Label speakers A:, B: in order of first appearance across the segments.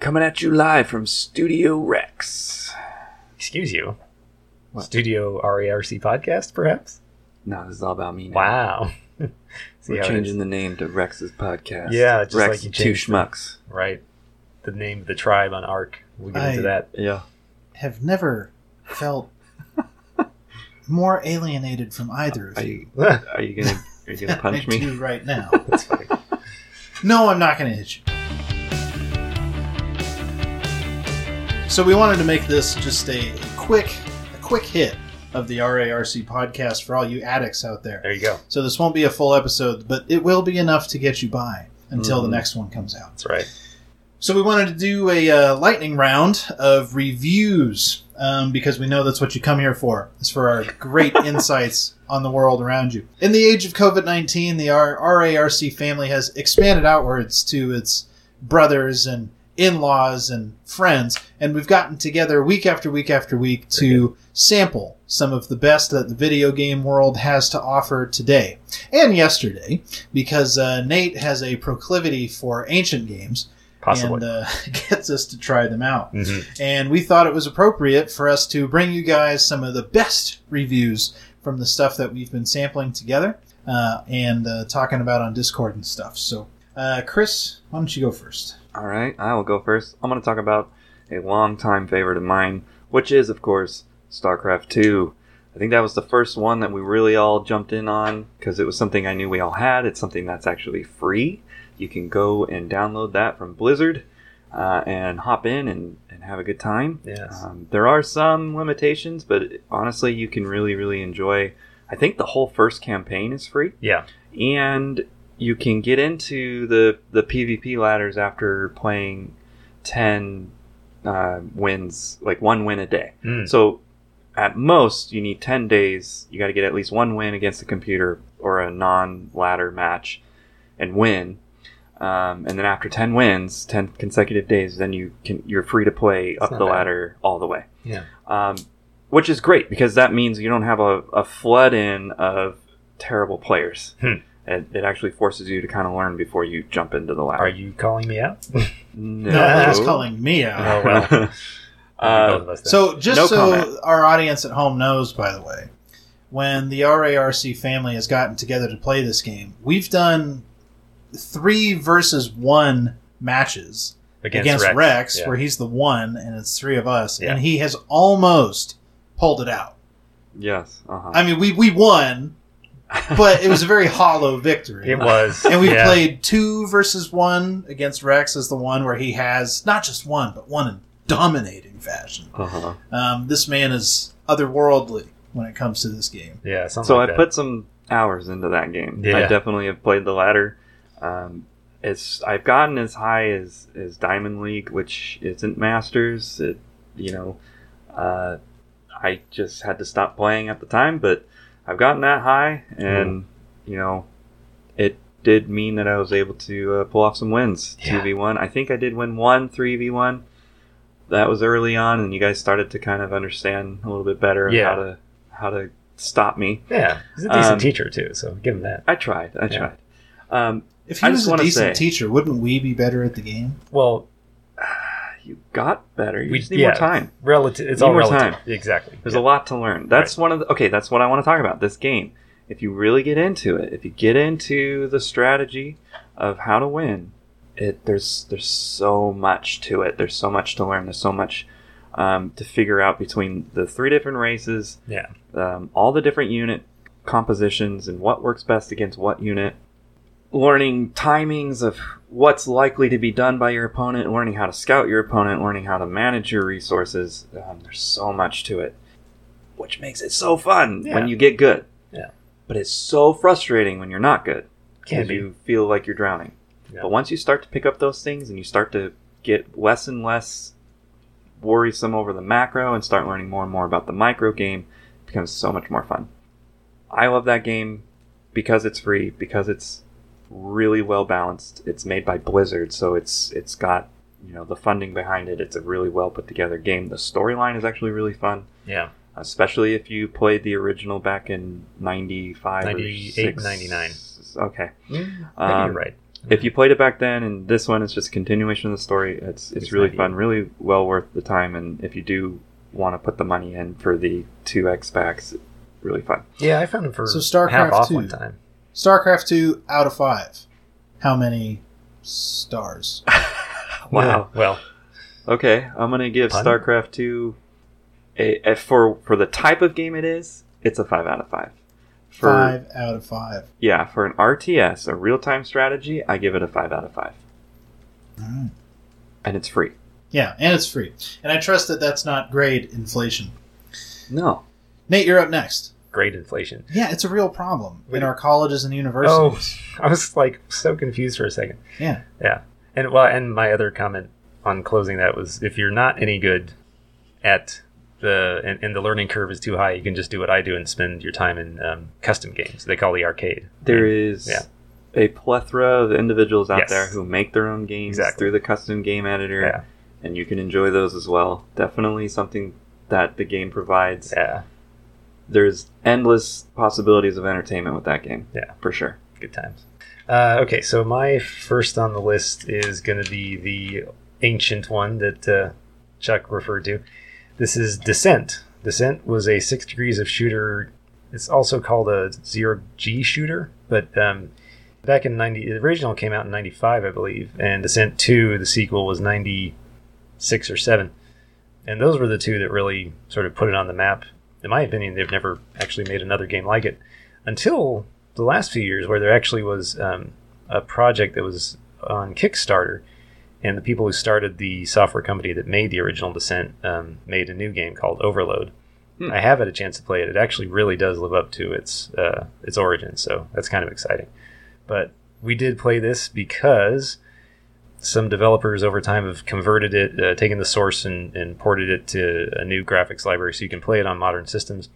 A: Coming at you live from Studio Rex.
B: Excuse you.
A: What?
B: Studio RERC podcast, perhaps?
A: No, this is all about me. Now.
B: Wow. See
A: We're
B: how it
A: changing
B: is.
A: the name to Rex's podcast.
B: Yeah, just
A: Rex
B: like you
A: Two
B: changed the-
A: Schmucks.
B: right. The name of the tribe on Ark. We'll get into
C: I-
B: that.
A: Yeah.
C: have never felt more alienated from either
A: Are
C: of you
A: you are you gonna are you gonna punch
C: than I
A: me?
C: do right now.
B: That's funny.
C: No, I'm not going to hit you. So we wanted to make this just a, a quick, a quick hit of the RARC podcast for all you addicts out there.
B: There you go.
C: So this won't be a full episode, but it will be enough to get you by until
A: Mhm.
C: the next one comes out.
B: That's right.
C: So we wanted to do a uh, lightning round of reviews um, because we know that's what you come here for. It's for our great insights on the world around you. In the age of COVID nineteen, the R- RARC family has expanded outwards to its brothers and in-laws and friends, and we've gotten together week after week after week to sample some of the best that the video game world has to offer today and yesterday, because uh, Nate has a proclivity for ancient games
B: Possibly.
C: and uh, gets us to try them out.
B: Mhm.
C: And we thought it was appropriate for us to bring you guys some of the best reviews from the stuff that we've been sampling together uh, and uh, talking about on Discord and stuff. So, uh, Chris, why don't you go first?
A: All right, I will go first. I'm going to talk about a longtime favorite of mine, which is, of course, StarCraft II. I think that was the first one that we really all jumped in on because it was something I knew we all had. It's something that's actually free. You can go and download that from Blizzard uh, and hop in and, and have a good time.
B: Yes.
A: Um, there are some limitations, but honestly, you can really, really enjoy. I think the whole first campaign is free
B: Yeah.
A: and you can get into the the PvP ladders after playing ten uh, wins, like one win a day.
B: Mm.
A: So at most, you need ten days. You got to get at least one win against the computer or a non ladder match, and win. Um, and then after ten wins, ten consecutive days, then you can you're free to play
B: It's
A: up
B: not
A: the
B: bad.
A: ladder all the way
B: Yeah.
A: um, which is great because that means you don't have a, a flood in of terrible players.
B: Hmm.
A: It, it actually forces you to kind of learn before you jump into the ladder.
B: Are you calling me out?
A: no,
C: No, that's calling me out.
B: Oh, well. Both
A: uh,
B: of us then.
C: So, just
A: No
C: so
A: comment.
C: our audience at home knows, by the way, when the RARC family has gotten together to play this game, we've done three versus one matches against, Rex,
B: Yeah.
C: where he's the one and it's three of us,
B: Yeah.
C: and he has almost pulled it out.
A: yes. Uh-huh.
C: I mean, we we won, but it was a very hollow victory.
B: It was.
C: And we
B: yeah.
C: played two versus one against Rex as the one where he has not just one, but one in dominating fashion.
A: Uh-huh.
C: Um, this man is otherworldly when it comes to this game.
B: Yeah. Something
A: So
B: like
A: I
B: that.
A: put some hours into that game. I
B: Yeah.
A: definitely have played the ladder. Um, it's I've gotten as high as as Diamond League, which isn't Masters. It you know, uh, I just had to stop playing at the time, but I've gotten that high, and you know, it did mean that I was able to uh, pull off some wins. Two
B: Yeah.
A: v one. I think I did win one three v one. That was early on, and you guys started to kind of understand a little bit better of
B: Yeah.
A: how to how to stop me.
B: Yeah. He's a decent
A: Um,
B: teacher, too, so give him that.
A: I tried. I
B: Yeah.
A: tried. Um,
C: If he
A: I
C: was
A: just
C: a
A: wanna
C: decent
A: say-
C: teacher, wouldn't we be better at the game?
B: Well,
A: you got better. You
B: We-
A: just need
B: yeah.
A: more time.
B: relative. It's
A: Need
B: all
A: more time.
B: relative. Exactly.
A: There's a lot to learn. That's one of the okay. That's what I want to talk about. This game. If you really get into it, if you get into the strategy of how to win, it there's there's so much to it. There's so much to learn. There's so much um, to figure out between the three different races.
B: Yeah.
A: um, all the different unit compositions and what works best against what unit. Learning timings of what's likely to be done by your opponent, learning how to scout your opponent, learning how to manage your resources. Um, there's so much to it, which makes it so fun
B: Yeah.
A: when you get good.
B: Yeah.
A: But it's so frustrating when you're not good
B: Can
A: because
B: be.
A: you feel like you're drowning.
B: Yeah.
A: But once you start to pick up those things and you start to get less and less worrisome over the macro and start learning more and more about the micro game, it becomes so much more fun. I love that game because it's free, because it's really well balanced. It's made by Blizzard, so it's it's got you know the funding behind it. It's a really well put together game. The storyline is actually really fun,
B: Yeah.
A: especially if you played the original back in 95 or
B: 98,
A: 6.
B: 99.
A: Okay.
B: Mm, Maybe
A: Um,
B: you're right.
A: if you played it back then and this one is just a continuation of the story it's it's,
B: It's
A: really
B: not
A: fun really well worth the time and if you do want to put the money in for the 2x packs really fun
B: Yeah, I found them for
C: So StarCraft
B: half off
C: 2.
B: one time.
C: StarCraft 2 out of 5. How many stars?
A: Wow.
B: Yeah, Well,
A: okay i'm gonna give
B: Fun.
A: starcraft 2 a, a- for for the type of game it is it's a five out of five for
C: 5 out of 5.
A: yeah for an rts a real-time strategy i give it a five out of five
C: Alright.
A: and it's free
C: Yeah, and it's free. And I trust that that's not grade inflation.
A: no
C: Nate, you're up next.
B: great inflation.
C: Yeah, it's a real problem
B: Wait.
C: in our colleges and
B: Oh,
C: universities.
B: I was like so confused for a second.
C: Yeah.
B: Yeah. And well, and my other comment on closing that was if you're not any good at the and, and the learning curve is too high, you can just do what I do and spend your time in um, custom games. They call the arcade.
A: There is
B: Yeah.
A: a plethora of individuals out
B: Yes.
A: there who make their own games
B: Exactly.
A: through the custom game editor,
B: Yeah.
A: and you can enjoy those as well. Definitely something that the game provides.
B: Yeah.
A: There's endless possibilities of entertainment with that game.
B: Yeah.
A: for sure.
B: Good times. Uh, okay, so my first on the list is going to be the ancient one that uh, Chuck referred to. This is Descent. Descent was a six degrees of shooter. It's also called a zero G shooter, but um, back in 90, the original came out in 95, I believe, and Descent 2, the sequel, was 96 or 7. And those were the two that really sort of put it on the map. In my opinion, they've never actually made another game like it until the last few years, where there actually was um, a project that was on Kickstarter, and the people who started the software company that made the original Descent um, made a new game called Overload.
A: Hmm.
B: I have had a chance to play it. It actually really does live up to its uh, its origin, so that's kind of exciting. But we did play this because some developers over time have converted it, uh, taken the source and, and ported it to a new graphics library, so you can play it on modern systems.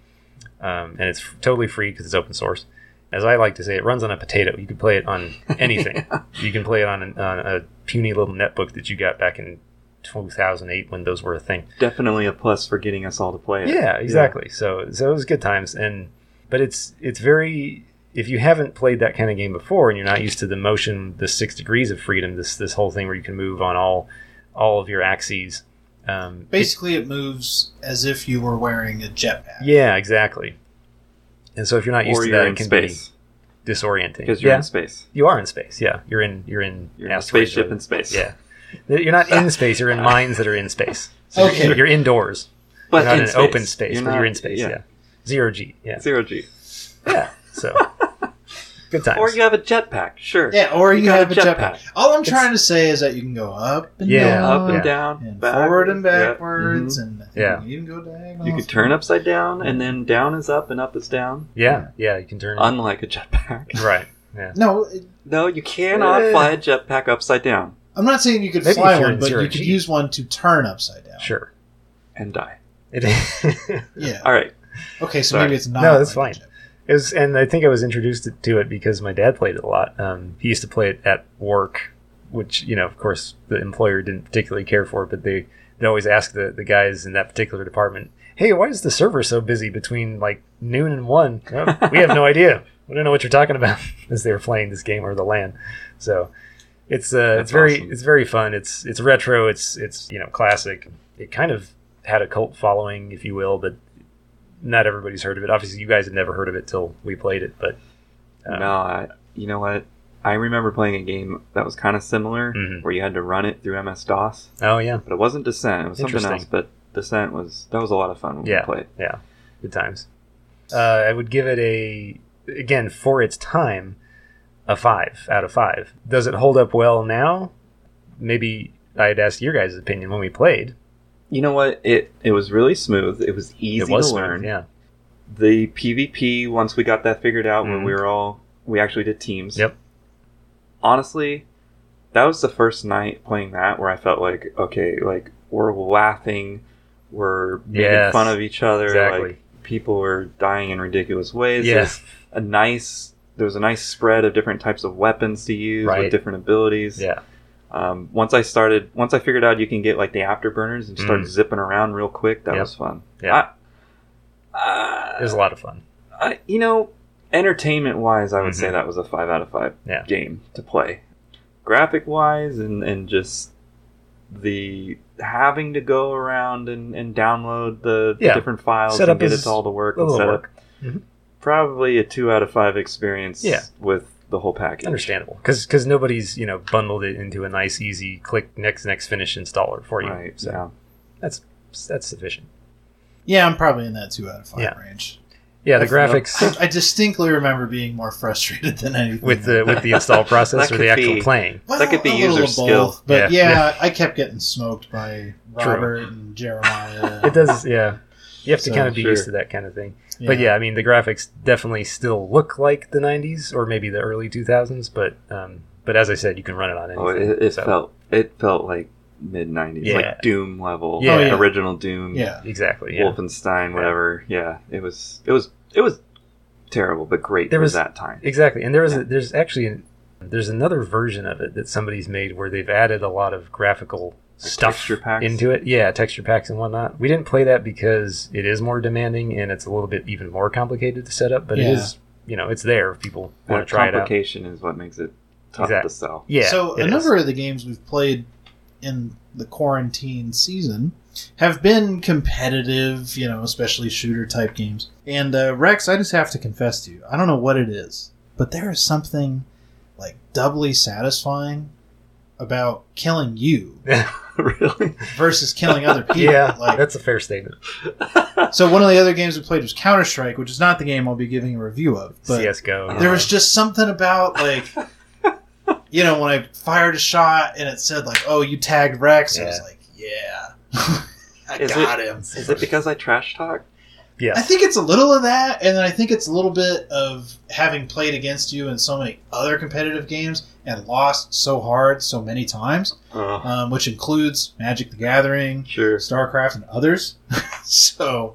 B: Um, and it's f- totally free because it's open source. As I like to say, it runs on a potato. You can play it on anything. You can play it on, an, on a puny little netbook that you got back in 2008 when those were a thing.
A: Definitely a plus for getting us all to play it.
B: Yeah, exactly. So so it was good times and but it's it's very if you haven't played that kind of game before and you're not used to the motion, the six degrees of freedom, this this whole thing where you can move on all all of your axes. Um, it-
C: Basically, it moves as if you were wearing a jetpack.
B: yeah, exactly. And so if you're not used
A: or
B: to
A: you're
B: that,
A: in
B: it can
A: space
B: be disorienting.
A: because you're
B: yeah,
A: in space.
B: you are in space. Yeah, you're in you're in
A: You're in a
B: asteroids
A: spaceship
B: with-
A: in space.
B: Yeah, you're not in space. You're in mines that are in space. So
C: Okay.
B: you're, you're indoors.
A: but
B: you're not
A: in
B: in,
A: space.
B: open space,
A: You're
B: but
A: not-
B: you're in space. Yeah. Zero G. Yeah.
A: zero g.
B: Yeah. So good times.
A: Or you have a jetpack. Sure.
C: Yeah, or you,
A: got
C: have a
A: a
C: jetpack.
A: jetpack.
C: All I'm
B: It's-
C: trying to say is that you can go up and
B: Yeah,
C: down,
A: Up and
B: Yeah. Mm-hmm.
A: down,
C: and forward and
A: backwards. Yeah.
C: backwards,
A: Mhm.
C: and I think
B: Yeah.
C: you can go diagonal.
A: You could turn upside down, and then down is up, and up is down.
B: yeah. Yeah. You can turn.
A: Unlike a jetpack.
B: right. Yeah.
C: No, it-
A: No, you cannot
B: Eh.
A: fly a jetpack upside down
C: I'm not saying you could
B: Maybe
C: fly
B: if you're
C: one,
B: in
C: but you
B: zero
C: could
B: G.
C: use one to turn upside down.
B: Sure.
A: and die.
B: It,
C: Yeah.
A: All right.
C: Okay, so
A: Sorry.
C: maybe it's not.
B: No, that's
C: like a
B: fine.
C: jetpack.
B: it was, and I think I was introduced to it because my dad played it a lot. Um, he used to play it at work, which you know, of course, the employer didn't particularly care for, but they they always ask the the guys in that particular department, "Hey, why is the server so busy between like noon and one? "Oh, we have no idea. We don't know what you're talking about." As they were playing this game or the land, so. It's uh,
A: That's
B: it's very
A: awesome.
B: it's very fun. It's it's retro. It's it's you know classic. It kind of had a cult following, if you will, but not everybody's heard of it. Obviously, you guys had never heard of it till we played it, but uh,
A: No, I, you know what? I remember playing a game that was kind of similar,
B: Mhm.
A: where you had to run it through MS DOS,
B: Oh yeah,
A: but it wasn't Descent. It was something
B: Interesting.
A: else. But Descent was that was a lot of fun when
B: Yeah.
A: we played.
B: yeah, good times. Uh, I would give it a again for its time a five out of five. Does it hold up well now? Maybe I'd ask your guys' opinion when we played.
A: You know what? It it was really smooth. It was easy
B: it was
A: to
B: smooth,
A: learn.
B: yeah,
A: The PvP once we got that figured out when
B: Mhm.
A: we were all we actually did teams.
B: Yep.
A: Honestly, that was the first night playing that where I felt like okay, like we're laughing, we're making
B: Yes.
A: fun of each other,
B: exactly.
A: like people were dying in ridiculous ways.
B: yeah,
A: There's a nice there was a nice spread of different types of weapons to use
B: Right.
A: with different abilities.
B: yeah,
A: Um, once I started, once I figured out you can get like the afterburners and start
B: Mm.
A: zipping around real quick, that
B: Yep.
A: was fun.
B: yeah.
A: Uh,
B: it was a lot of fun.
A: I, you know, entertainment wise, I would
B: Mhm.
A: say that was a five out of five
B: Yeah.
A: game to play. graphic wise and, and just the having to go around and, and download the, the
B: Yeah.
A: different files
B: Setup
A: and get it
B: is
A: to all to work
B: a
A: and
B: little
A: set
B: work.
A: up
B: Mhm.
A: probably a two out of five experience
B: Yeah.
A: with the whole package.
B: Understandable, because nobody's you know bundled it into a nice, easy click next, next, finish installer for you.
A: Right.
B: So
A: Yeah.
B: that's that's sufficient.
C: Yeah, I'm probably in that two out of five
B: Yeah.
C: range.
B: Yeah, the
A: That's enough.
B: graphics
C: I distinctly remember being more frustrated than anything.
B: with the with the install process
A: That
B: or the
A: could
B: actual
A: be.
B: playing.
C: Well,
A: That could be
C: a little
A: user
C: of
A: skill.
C: both, but yeah.
B: Yeah.
C: I kept getting smoked by
B: True.
C: Robert and Jeremiah.
B: It does, yeah. You have to
C: So,
B: kind of be
A: sure.
B: used to that kind of thing. But yeah, I mean, the graphics definitely still look like the '90s or maybe the early 2000s. But um, but as I said, you can run it on anything.
A: Oh, it, it
B: so-
A: felt it felt like mid nineties,
B: Yeah.
A: like Doom level,
B: Yeah. Oh, yeah.
A: original Doom,
C: yeah,
B: exactly. Yeah.
A: Wolfenstein, whatever. Yeah. it was it was it was terrible, but great
B: There
A: for
B: was-
A: that time.
B: Exactly, and there is a, there's actually an, there's another version of it that somebody's made where they've added a lot of graphical
A: Like
B: stuff
A: texture packs?
B: into it. Yeah, texture packs and whatnot. We didn't play that because it is more demanding and it's a little bit even more complicated to set up. But
C: Yeah.
B: it is you know it's there if people want
A: That
B: to try it out.
A: complication is what makes it tough
B: Exact-
A: to sell.
B: Yeah.
C: So
B: it
C: a
B: is.
C: number of the games we've played in the quarantine season have been competitive, you know, especially shooter type games. And uh, Rex, I just have to confess to you, I don't know what it is, but there is something like doubly satisfying about killing you
A: really?
C: versus killing other people.
B: yeah,
C: like,
B: that's a fair statement.
C: So one of the other games we played was Counter Strike, which is not the game I'll be giving a review of. But
B: CS:GO.
C: there was just something about like, you know, when I fired a shot and it said like, "Oh, you tagged Rex," I was
B: Yeah.
C: like, "Yeah, I
A: Is
C: got him."
A: Is it because I trash talk?
B: yes.
C: I think it's a little of that, and then I think it's a little bit of having played against you in so many other competitive games and lost so hard so many times,
A: Oh,
C: um, which includes Magic: The Gathering,
A: sure.
C: StarCraft, and others. so.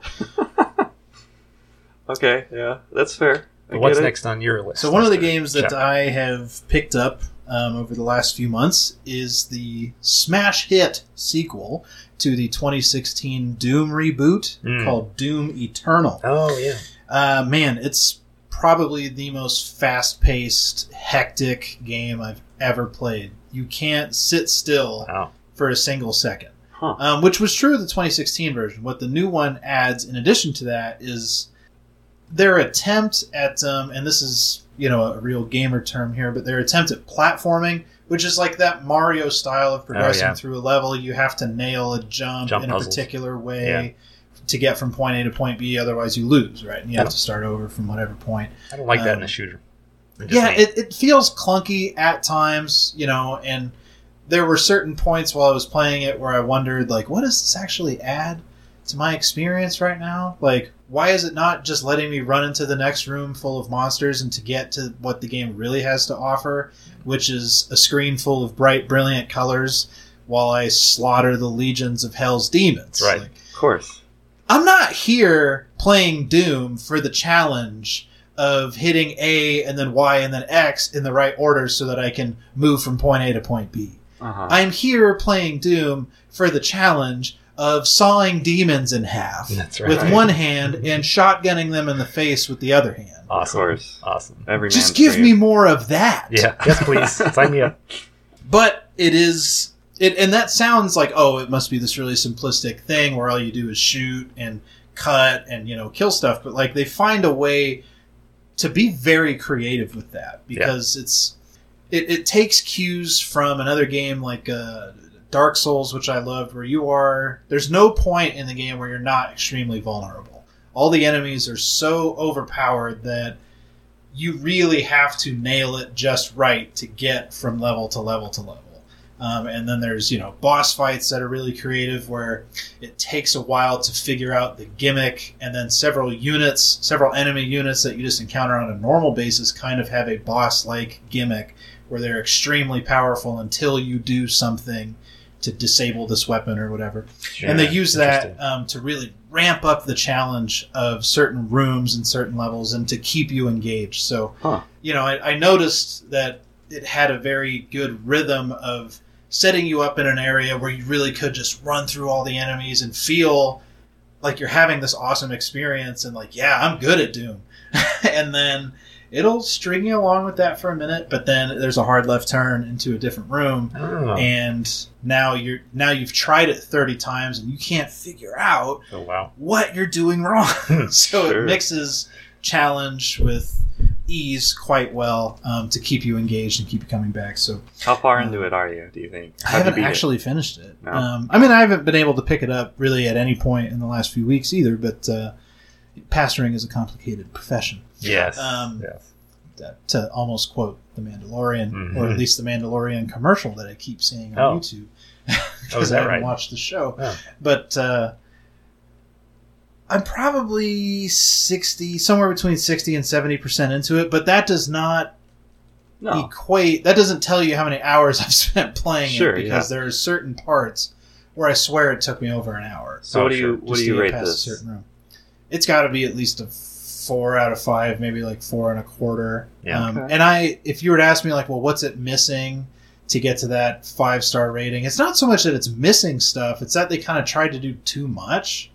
A: Okay, yeah, that's fair. I
B: But what's
A: get it.
B: next on your list?
C: So one of the
B: Mr.
C: games that
B: Chuck?
C: I have picked up um, over the last few months is the smash hit sequel to the 2016 Doom reboot
B: Mm.
C: called Doom Eternal.
B: Oh yeah.
C: Uh, man, it's probably the most fast-paced, hectic game I've ever played. You can't sit still
B: Wow.
C: for a single second,
A: Huh.
C: um, which was true of the 2016 version. What the new one adds, in addition to that, is their attempt at, um, and this is you know a real gamer term here, but their attempt at platforming, which is like that Mario style of progressing
B: Oh, yeah.
C: through a level. You have to nail a jump,
B: Jump
C: in
B: puzzles.
C: a particular way. To get from point A to point B, otherwise you lose, right? And you have
B: Yeah.
C: to start over from whatever point
B: I don't like that in
C: Um,
B: a shooter. It just
C: yeah
B: ain't.
C: it, it feels clunky at times you know and there were certain points while i was playing it where i wondered like what does this actually add to my experience right now like why is it not just letting me run into the next room full of monsters and to get to what the game really has to offer which is a screen full of bright brilliant colors while i slaughter the legions of hell's demons
B: Right.
C: Like,
A: Of course.
C: I'm not here playing Doom for the challenge of hitting A and then Y and then X in the right order so that I can move from point A to point B.
A: Uh-huh.
C: I'm here playing Doom for the challenge of sawing demons in half
B: That's right.
C: with one hand and shotgunning them in the face with the other hand.
A: of
B: awesome.
A: course.
B: Awesome.
A: Every
C: Just
A: man's
C: give
A: dream.
C: me more of that.
B: Yeah. Yes, please. Sign me up.
C: but it is it and that sounds like oh it must be this really simplistic thing where all you do is shoot and cut and you know kill stuff but like they find a way to be very creative with that because it's it, it takes cues from another game like uh, dark souls which i loved where you are there's no point in the game where you're not extremely vulnerable all the enemies are so overpowered that you really have to nail it just right to get from level to level to level. Um, and then there's you know boss fights that are really creative where it takes a while to figure out the gimmick, and then several units, several enemy units that you just encounter on a normal basis kind of have a boss-like gimmick where they're extremely powerful until you do something to disable this weapon or whatever and they
B: Yeah,
C: use
B: interesting.
C: that um, to really ramp up the challenge of certain rooms and certain levels and to keep you engaged so
A: Huh.
C: you know I, I noticed that it had a very good rhythm of setting you up in an area where you really could just run through all the enemies and feel like you're having this awesome experience and like yeah i'm good at doom and then it'll string you along with that for a minute, but then there's a hard left turn into a different room,
B: Oh,
C: and now you're now you've tried it 30 times and you can't figure out
B: oh wow.
C: what you're doing wrong. so
A: Hmm, Sure.
C: it mixes challenge with ease quite well um, to keep you engaged and keep you coming back. So
A: How far into it are you? Do you think? How'd
C: I
A: you
C: haven't
A: beat it?
C: actually finished it.
A: No.
C: Um, I mean, I haven't been able to pick it up really at any point in the last few weeks either. But uh, pastoring is a complicated profession.
B: Yes.
C: Um,
B: yes.
C: uh, to almost quote the Mandalorian,
B: Mhm.
A: Mm-hmm.
C: or at least the Mandalorian commercial that I keep seeing on
B: Oh.
C: YouTube.
B: Oh,
C: 'Cause
B: is
C: I
B: that
C: haven't
B: right?
C: watched the show,
B: Oh.
C: but uh, I'm probably sixty, somewhere between sixty and seventy percent into it. But that does not
A: No.
C: equate that doesn't tell you how many hours I've spent playing
A: Sure,
C: it because there are certain parts where I swear it took me over an hour.
A: So
B: Oh,
A: what do you
B: sure.
A: what do
C: just to
A: you
C: get
A: rate
C: past a
A: this?
C: certain room. It's got to be at least a four out of five, maybe like four and a quarter.
B: Yeah.
C: Um,
A: Okay.
C: And I, if you were to ask me, like, well, what's it missing to get to that five star rating? It's not so much that it's missing stuff; it's that they kind of tried to do too much.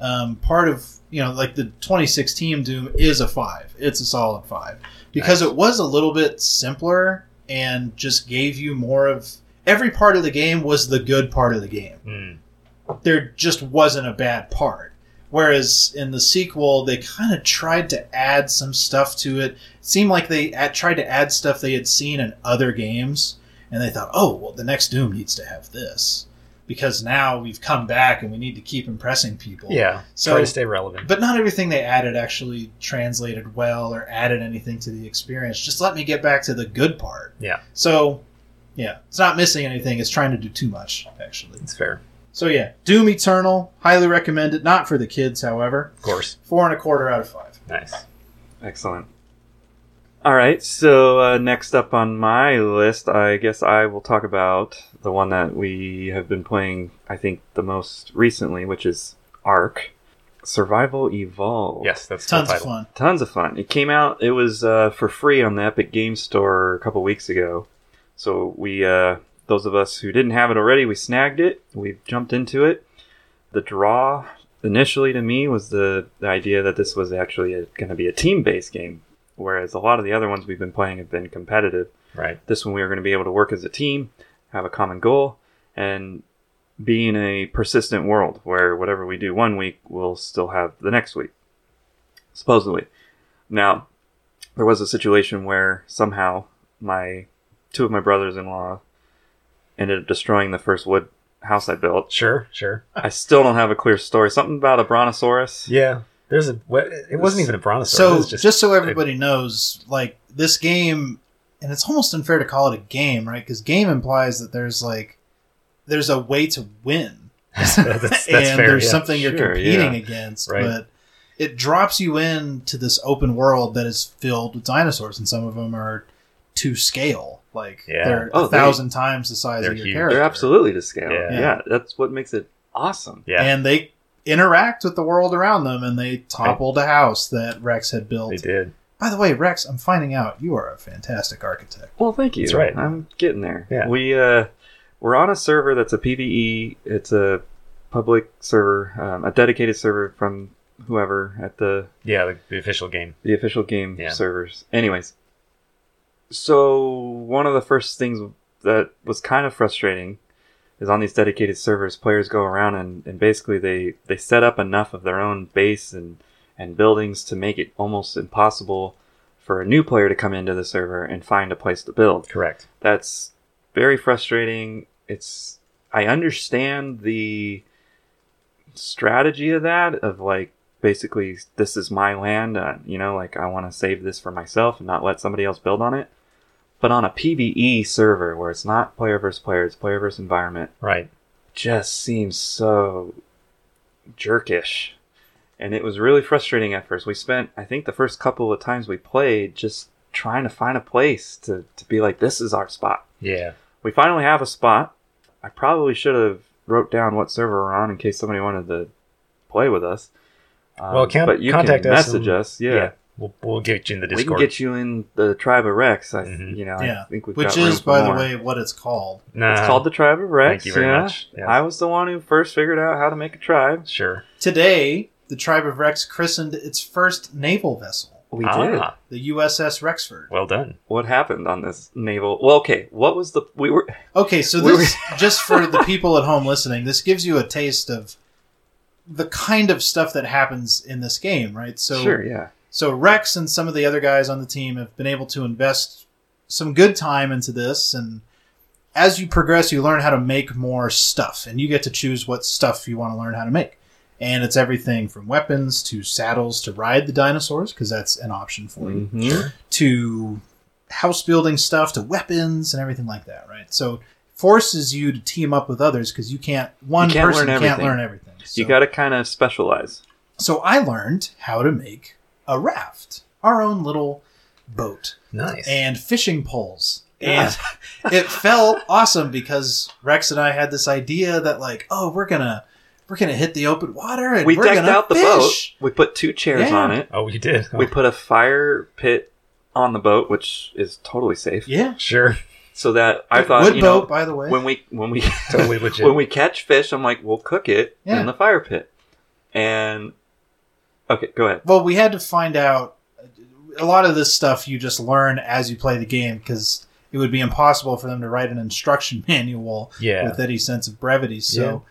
C: Um, part of you know, like the 2016 Doom is a five; it's a solid five because
B: Nice.
C: it was a little bit simpler and just gave you more of every part of the game was the good part of the game
B: Mm.
C: there just wasn't a bad part. Whereas in the sequel, they kind of tried to add some stuff to it. it seemed like they at, tried to add stuff they had seen in other games, and they thought, oh, well, the next Doom needs to have this because now we've come back and we need to keep impressing people.
B: Yeah.
C: So-
B: Try to stay relevant.
C: But not everything they added actually translated well or added anything to the experience. Just let me get back to the good part.
B: Yeah.
C: So, yeah, it's not missing anything. It's trying to do too much, actually.
B: It's fair,
C: So yeah, Doom Eternal, highly recommend it. Not for the kids, however.
B: of course.
C: Four and a quarter out of five.
B: Nice.
A: Excellent. All right, so uh, next up on my list, I guess I will talk about the one that we have been playing, I think, the most recently, which is Ark Survival Evolved.
B: Yes, that's
C: Tons
B: the
C: of
B: title.
C: fun.
A: Tons of fun. It came out, it was uh, for free on the Epic Game Store a couple weeks ago. So we, uh, those of us who didn't have it already, we snagged it. We jumped into it. The draw initially to me was the, the idea that this was actually going to be a team based game, whereas a lot of the other ones we've been playing have been competitive
B: Right.
A: this one we were going to be able to work as a team, have a common goal, and be in a persistent world where whatever we do one week, we'll still have the next week, supposedly. Now, there was a situation where somehow my two of my brothers-in-law ended up destroying the first wood house I built.
B: Sure. Sure.
A: I still don't have a clear story. Something about a brontosaurus.
B: Yeah. There's a. what- It wasn't even a brontosaurus. it
C: So
B: was
C: just, so everybody knows, like this game, and it's almost unfair to call it a game, right? Because game implies that there's like there's a way to win,
B: that's, that's
C: and
B: fair.
C: there's
B: yeah.
C: something you're
A: Sure,
C: competing
A: yeah.
C: against,
B: Right.
C: but. It drops you into this open world that is filled with dinosaurs, and some of them are to scale. Like
B: Yeah.
C: they're
A: Oh,
C: a
A: they-
C: thousand times the size
B: they're
C: of your
B: huge. They're
C: character.
A: They're absolutely to scale.
B: Yeah.
A: yeah, that's what makes it awesome.
B: Yeah.
C: and they interact with the world around them and they toppled a house that Rex had
B: they
C: built.
B: did.
C: By the way, Rex, I'm finding out you are a fantastic architect.
A: Well, thank you.
B: That's right.
A: I'm getting there.
B: Yeah.
A: We uh, we're on a server that's a PVE. It's a public server, um, a dedicated server from whoever at the
B: Yeah. The, the official game.
A: the official game
B: Yeah.
A: servers. Anyways, so one of the first things that was kind of frustrating is on these dedicated servers, players go around and, and basically they, they set up enough of their own base and, and buildings to make it almost impossible for a new player to come into the server and find a place to build
B: Correct.
A: that's very frustrating. It's I understand the strategy of that of like basically this is my land, uh, you know, like I want to save this for myself and not let somebody else build on it. But on a PvE server where it's not player versus player, it's player versus environment,
B: Right.
A: just seems so jerkish. And it was really frustrating at first. We spent, I think, the first couple of times we played just trying to find a place to, to be like, this is our spot.
B: Yeah.
A: We finally have a spot. I probably should have wrote down what server we're on in case somebody wanted to play with us. Um,
B: Well, can-
A: but you
B: contact
A: can
B: us
A: message
B: and-
A: us. Yeah,
B: We'll, we'll get you in the
A: we can
B: Discord.
A: get you in the tribe of Rex. I,
B: Mhm.
A: you know,
C: Yeah.
A: I think we've
C: Which
A: got room
C: is,
A: for
C: by
A: more.
C: the way, what it's called.
B: Nah,
A: it's called the tribe of Rex.
B: Thank you very
A: yeah.
B: much. Yes.
A: I was the one who first figured out how to make a tribe.
B: Sure.
C: Today, the tribe of Rex christened its first naval vessel.
A: We did.
B: ah,
C: The USS Rexford.
B: well done.
A: What happened on this naval? Well, okay. What was the we were?
C: Okay, so
A: Were
C: this just for the people at home listening, this gives you a taste of the kind of stuff that happens in this game, right? So
A: sure, yeah.
C: so Rex and some of the other guys on the team have been able to invest some good time into this and as you progress you learn how to make more stuff and you get to choose what stuff you want to learn how to make. And it's everything from weapons to saddles to ride the dinosaurs because that's an option for you
A: Mhm.
C: to house building stuff to weapons and everything like that, right? So forces you to team up with others because you can't one
A: You can't
C: person
A: learn
C: can't
A: everything.
C: learn everything. So,
A: You got to kind of specialize.
C: so I learned how to make a raft, our own little boat,
B: Nice.
C: and fishing poles.
A: Yeah.
C: And it felt awesome because Rex and I had this idea that like, oh, we're gonna we're gonna hit the open water and
A: We
C: are
A: decked
C: gonna
A: out the
C: fish.
A: boat. We put two chairs
C: Yeah.
A: on it.
B: oh, you did.
A: We put a fire pit on the boat, which is totally safe.
C: Yeah,
B: sure.
A: So that I thought,
C: wood
A: you
C: boat,
A: know,
C: by the way.
A: when we when we
B: Totally legit.
A: when we catch fish, I'm like, we'll cook it
C: Yeah.
A: in the fire pit. And okay, go ahead.
C: Well, we had to find out a lot of this stuff you just learn as you play the game because it would be impossible for them to write an instruction manual
B: yeah.
C: with any sense of brevity. So,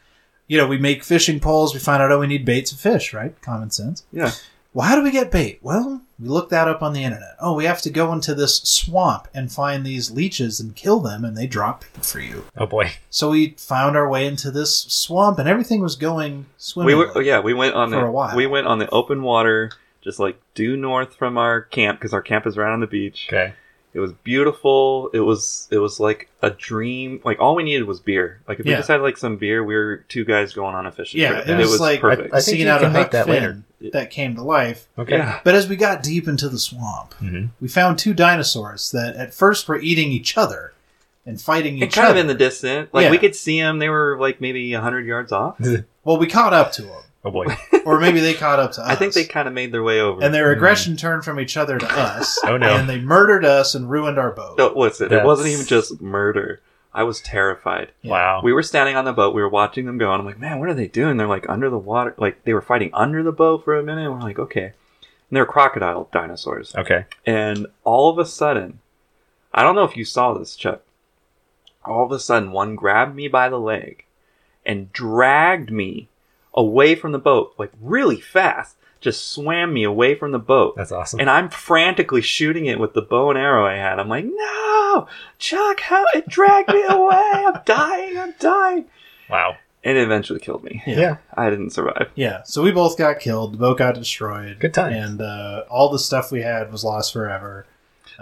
C: you know, we make fishing poles. We find out, oh, we need bait to fish, right? Common sense.
A: Yeah.
C: Well, how do we get bait? Well, we look that up on the internet. Oh, we have to go into this swamp and find these leeches and kill them, and they drop bait for you.
B: oh boy.
C: So we found our way into this swamp, and everything was going
A: We
C: swimmingly.
A: were oh, yeah, we went on
C: For
A: the
C: a while.
A: we went on the open water just like due north from our camp because our camp is right on the beach.
B: Okay.
A: It was beautiful. It was it was like a dream. Like all we needed was beer. Like if we
C: Yeah.
A: just had like some beer, we were two guys going on a fishing
C: Yeah,
A: trip.
C: it was like-
A: perfect.
B: I- I think
C: seeing
B: you
C: out a
B: can make
C: Huck
B: that
C: Finn
B: later.
C: that came to life.
B: Okay.
A: yeah.
C: But as we got deep into the swamp,
B: hmm
C: we found two dinosaurs that at first were eating each other and fighting
A: And
C: each
A: kind
C: other.
A: of in the distance, like we
C: Yeah.
A: could see them. They were like maybe hundred yards off.
C: well, we caught up to them,
B: Oh boy.
C: or maybe they caught up to us.
A: I think they kind of made their way over.
C: and their aggression turned from each other to us.
B: Oh, no.
C: And they murdered us and ruined our boat.
A: No, listen, it
B: That's-
A: wasn't even just murder. I was terrified.
C: Yeah.
B: Wow.
A: We were standing on the boat. We were watching them go, and I'm like, "Man, what are they doing?" They're like under the water, like they were fighting under the boat for a minute. And we're like, "Okay," and they're crocodile dinosaurs.
B: okay.
A: And all of a sudden, I don't know if you saw this, Chuck. All of a sudden, one grabbed me by the leg and dragged me away from the boat, like really fast. Just swam me away from the boat.
B: That's awesome.
A: And I'm frantically shooting it with the bow and arrow I had. I'm like, no, Chuck, how it dragged me away. I'm dying. I'm dying.
B: wow.
A: And it eventually killed me.
C: Yeah.
B: Yeah.
A: I didn't survive.
C: Yeah, so we both got killed. The boat got destroyed.
B: Good times.
C: And uh, all the stuff we had was lost forever.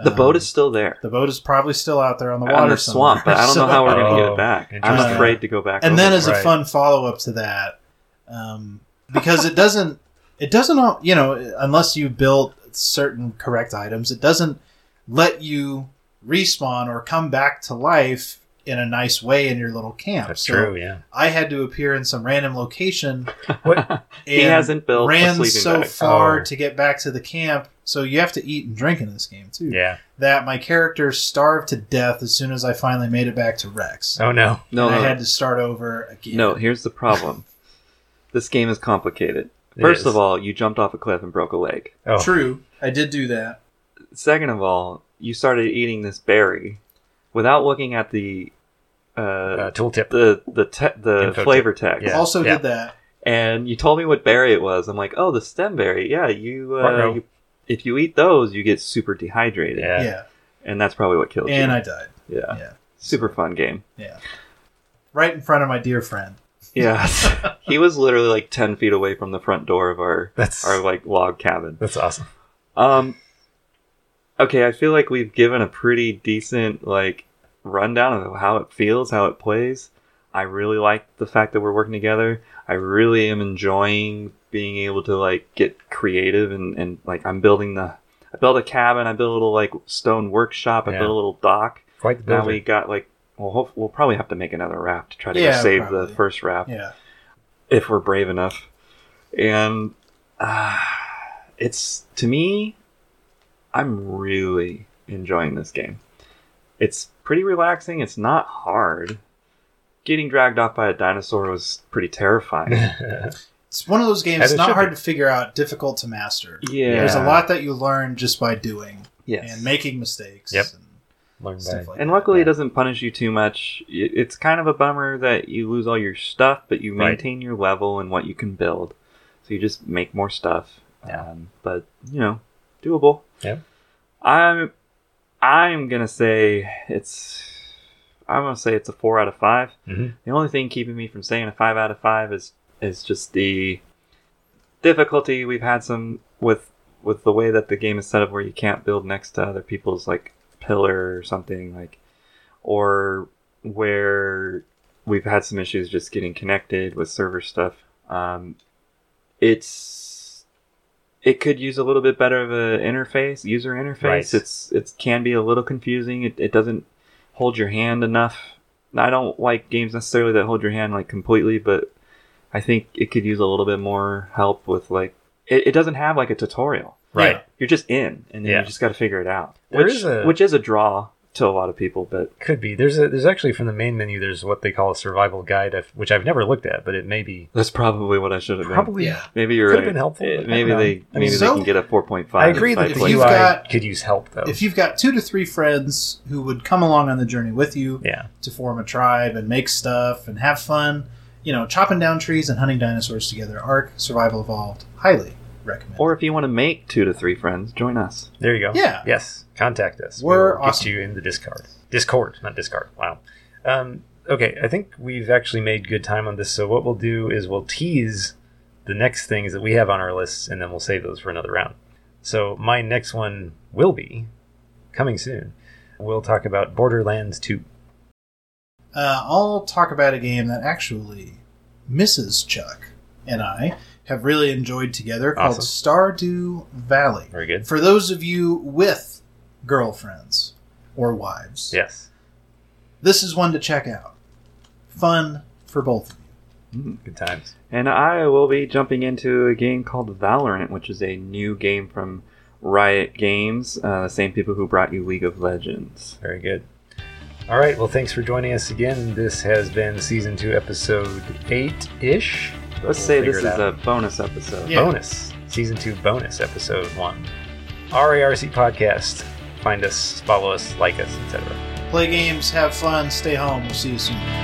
A: The
C: Um,
A: boat is still there.
C: the boat is probably still out there on the
A: The
C: water
A: on the
C: somewhere.
A: swamp, but I don't
C: So-
A: know how we're going to get
B: Oh,
A: it back. I'm
B: interesting.
A: afraid to go back.
C: and
A: over
C: then
A: there.
C: as a
B: Right.
C: fun follow-up to that um, because it doesn't it doesn't all you know unless you build certain correct items it doesn't let you respawn or come back to life in a nice way in your little camp
B: That's
C: So
B: true. Yeah.
C: i had to appear in some random location
B: What?
A: He
C: and
A: hasn't built a
C: ran
A: sleeping
C: so
A: bag.
C: far
B: Oh.
C: to get back to the camp so you have to eat and drink in this game too
B: Yeah.
C: that my character starved to death as soon as i finally made it back to rex
B: Oh no.
A: no, no,
C: and i
A: no.
C: had to start over again
A: no, here's the problem. this game is complicated.
B: It
A: First
B: is.
A: of all, you jumped off a cliff and broke a leg.
B: Oh.
C: True. I did do that.
A: Second of all, you started eating this berry without looking at the uh,
B: Uh, tooltip.
A: the the te- the
B: Info
A: flavor text,
B: Yeah.
C: also
B: yeah.
C: did that.
A: and you told me what berry it was. I'm like, oh, the stem berry. Yeah, you, uh,
B: Bartro.
A: you if you eat those, you get super dehydrated,
B: Yeah.
C: yeah.
A: and that's probably what killed
C: And
A: you.
C: I died.
A: yeah.
C: yeah.
A: super fun game.
C: Right in front of my dear friend.
A: Yeah, he was literally like ten feet away from the front door of our
B: That's
A: our like log cabin.
B: that's awesome.
A: Um. Okay, I feel like we've given a pretty decent like rundown of how it feels, how it plays. I really like the fact that we're working together. I really am enjoying being able to like get creative and and like I'm building the. I built a cabin. I built a little like stone workshop. I
B: Yeah.
A: built a little dock.
B: Quite the
A: Now
B: builder.
A: we got like well, hope, we'll probably have to make another raft to try to go
C: Yeah,
A: save the
C: probably.
A: first raft
C: Yeah.
A: if we're brave enough. And uh, it's to me, I'm really enjoying this game. It's pretty relaxing. It's not hard. Getting dragged off by a dinosaur was pretty terrifying.
C: It's one of those games.
B: As
C: It's
B: it
C: not
B: should
C: hard
B: be.
C: to figure out, difficult to master.
A: Yeah.
C: There's a lot that you learn just by doing
A: Yes.
C: and making mistakes.
B: Yep.
C: And
B: Learn by
C: stuff like
A: And
C: that.
A: luckily, it doesn't punish you too much. I- It's kind of a bummer that you lose all your stuff, but you
B: Right.
A: maintain your level and what you can build. So you just make more stuff.
B: Yeah.
A: Um, but you know, doable.
B: Yeah.
A: I'm. I'm gonna say it's. I'm gonna say it's a four out of five.
B: Mhm.
A: The only thing keeping me from saying a five out of five is is just the difficulty we've had some with with the way that the game is set up, where you can't build next to other people's like pillar or something like, or where we've had some issues just getting connected with server stuff. Um, it's it could use a little bit better of a interface, user interface.
B: Right.
A: It's it can be a little confusing. It, it doesn't hold your hand enough. I don't like games necessarily that hold your hand like completely, but I think it could use a little bit more help with like it, it doesn't have like a tutorial.
B: Right.
C: Yeah.
A: You're just in, and then
B: Yeah.
A: you just got to figure it out.
B: There
A: which
B: is a-
A: which is a draw to a lot of people, but
B: Could be. There's a there's actually from the main menu. There's what they call a survival guide, I've- which I've never looked at, but it may be
A: that's probably what I should have been.
B: probably.
C: Yeah.
A: Maybe you're
B: Could
A: right.
B: have been helpful,
A: Eh,
B: but I
A: Maybe
B: don't know.
A: they
B: I
A: maybe they
B: mean,
C: so-
A: can get a four point five.
B: I agree that the
C: If
B: UI
C: you've got-
B: could use help though.
C: If you've got two to three friends who would come along on the journey with you
B: yeah.
C: to form a tribe and make stuff and have fun, you know, chopping down trees and hunting dinosaurs together, Ark Survival Evolved, highly recommend.
A: Or if you want to make two to three friends, join us.
B: There you go.
C: Yeah.
B: Yes. Contact us.
C: We're
B: we will
C: awesome.
B: get you in the Discord. Discord, not Discard. Wow. Um, okay, I think we've actually made good time on this. So what we'll do is we'll tease the next things that we have on our lists, and then we'll save those for another round. So my next one will be coming soon. We'll talk about Borderlands 2.
C: Uh, I'll talk about a game that actually Mrs. Chuck and I have really enjoyed together called Stardew Valley.
B: Very good.
C: For those of you with girlfriends or wives,
B: Yes.
C: this is one to check out. Fun for both of you.
B: Good times.
A: And I will be jumping into a game called Valorant, which is a new game from Riot Games, uh, the same people who brought you League of Legends.
B: Very good. All right. Well, thanks for joining us again. This has been season two, episode eight ish.
A: Let's say this is a bonus episode.
C: Yeah.
B: bonus season two bonus episode one. RARC podcast. Find us, follow us, like us, etc.
C: Play games, have fun, stay home. We'll see you soon.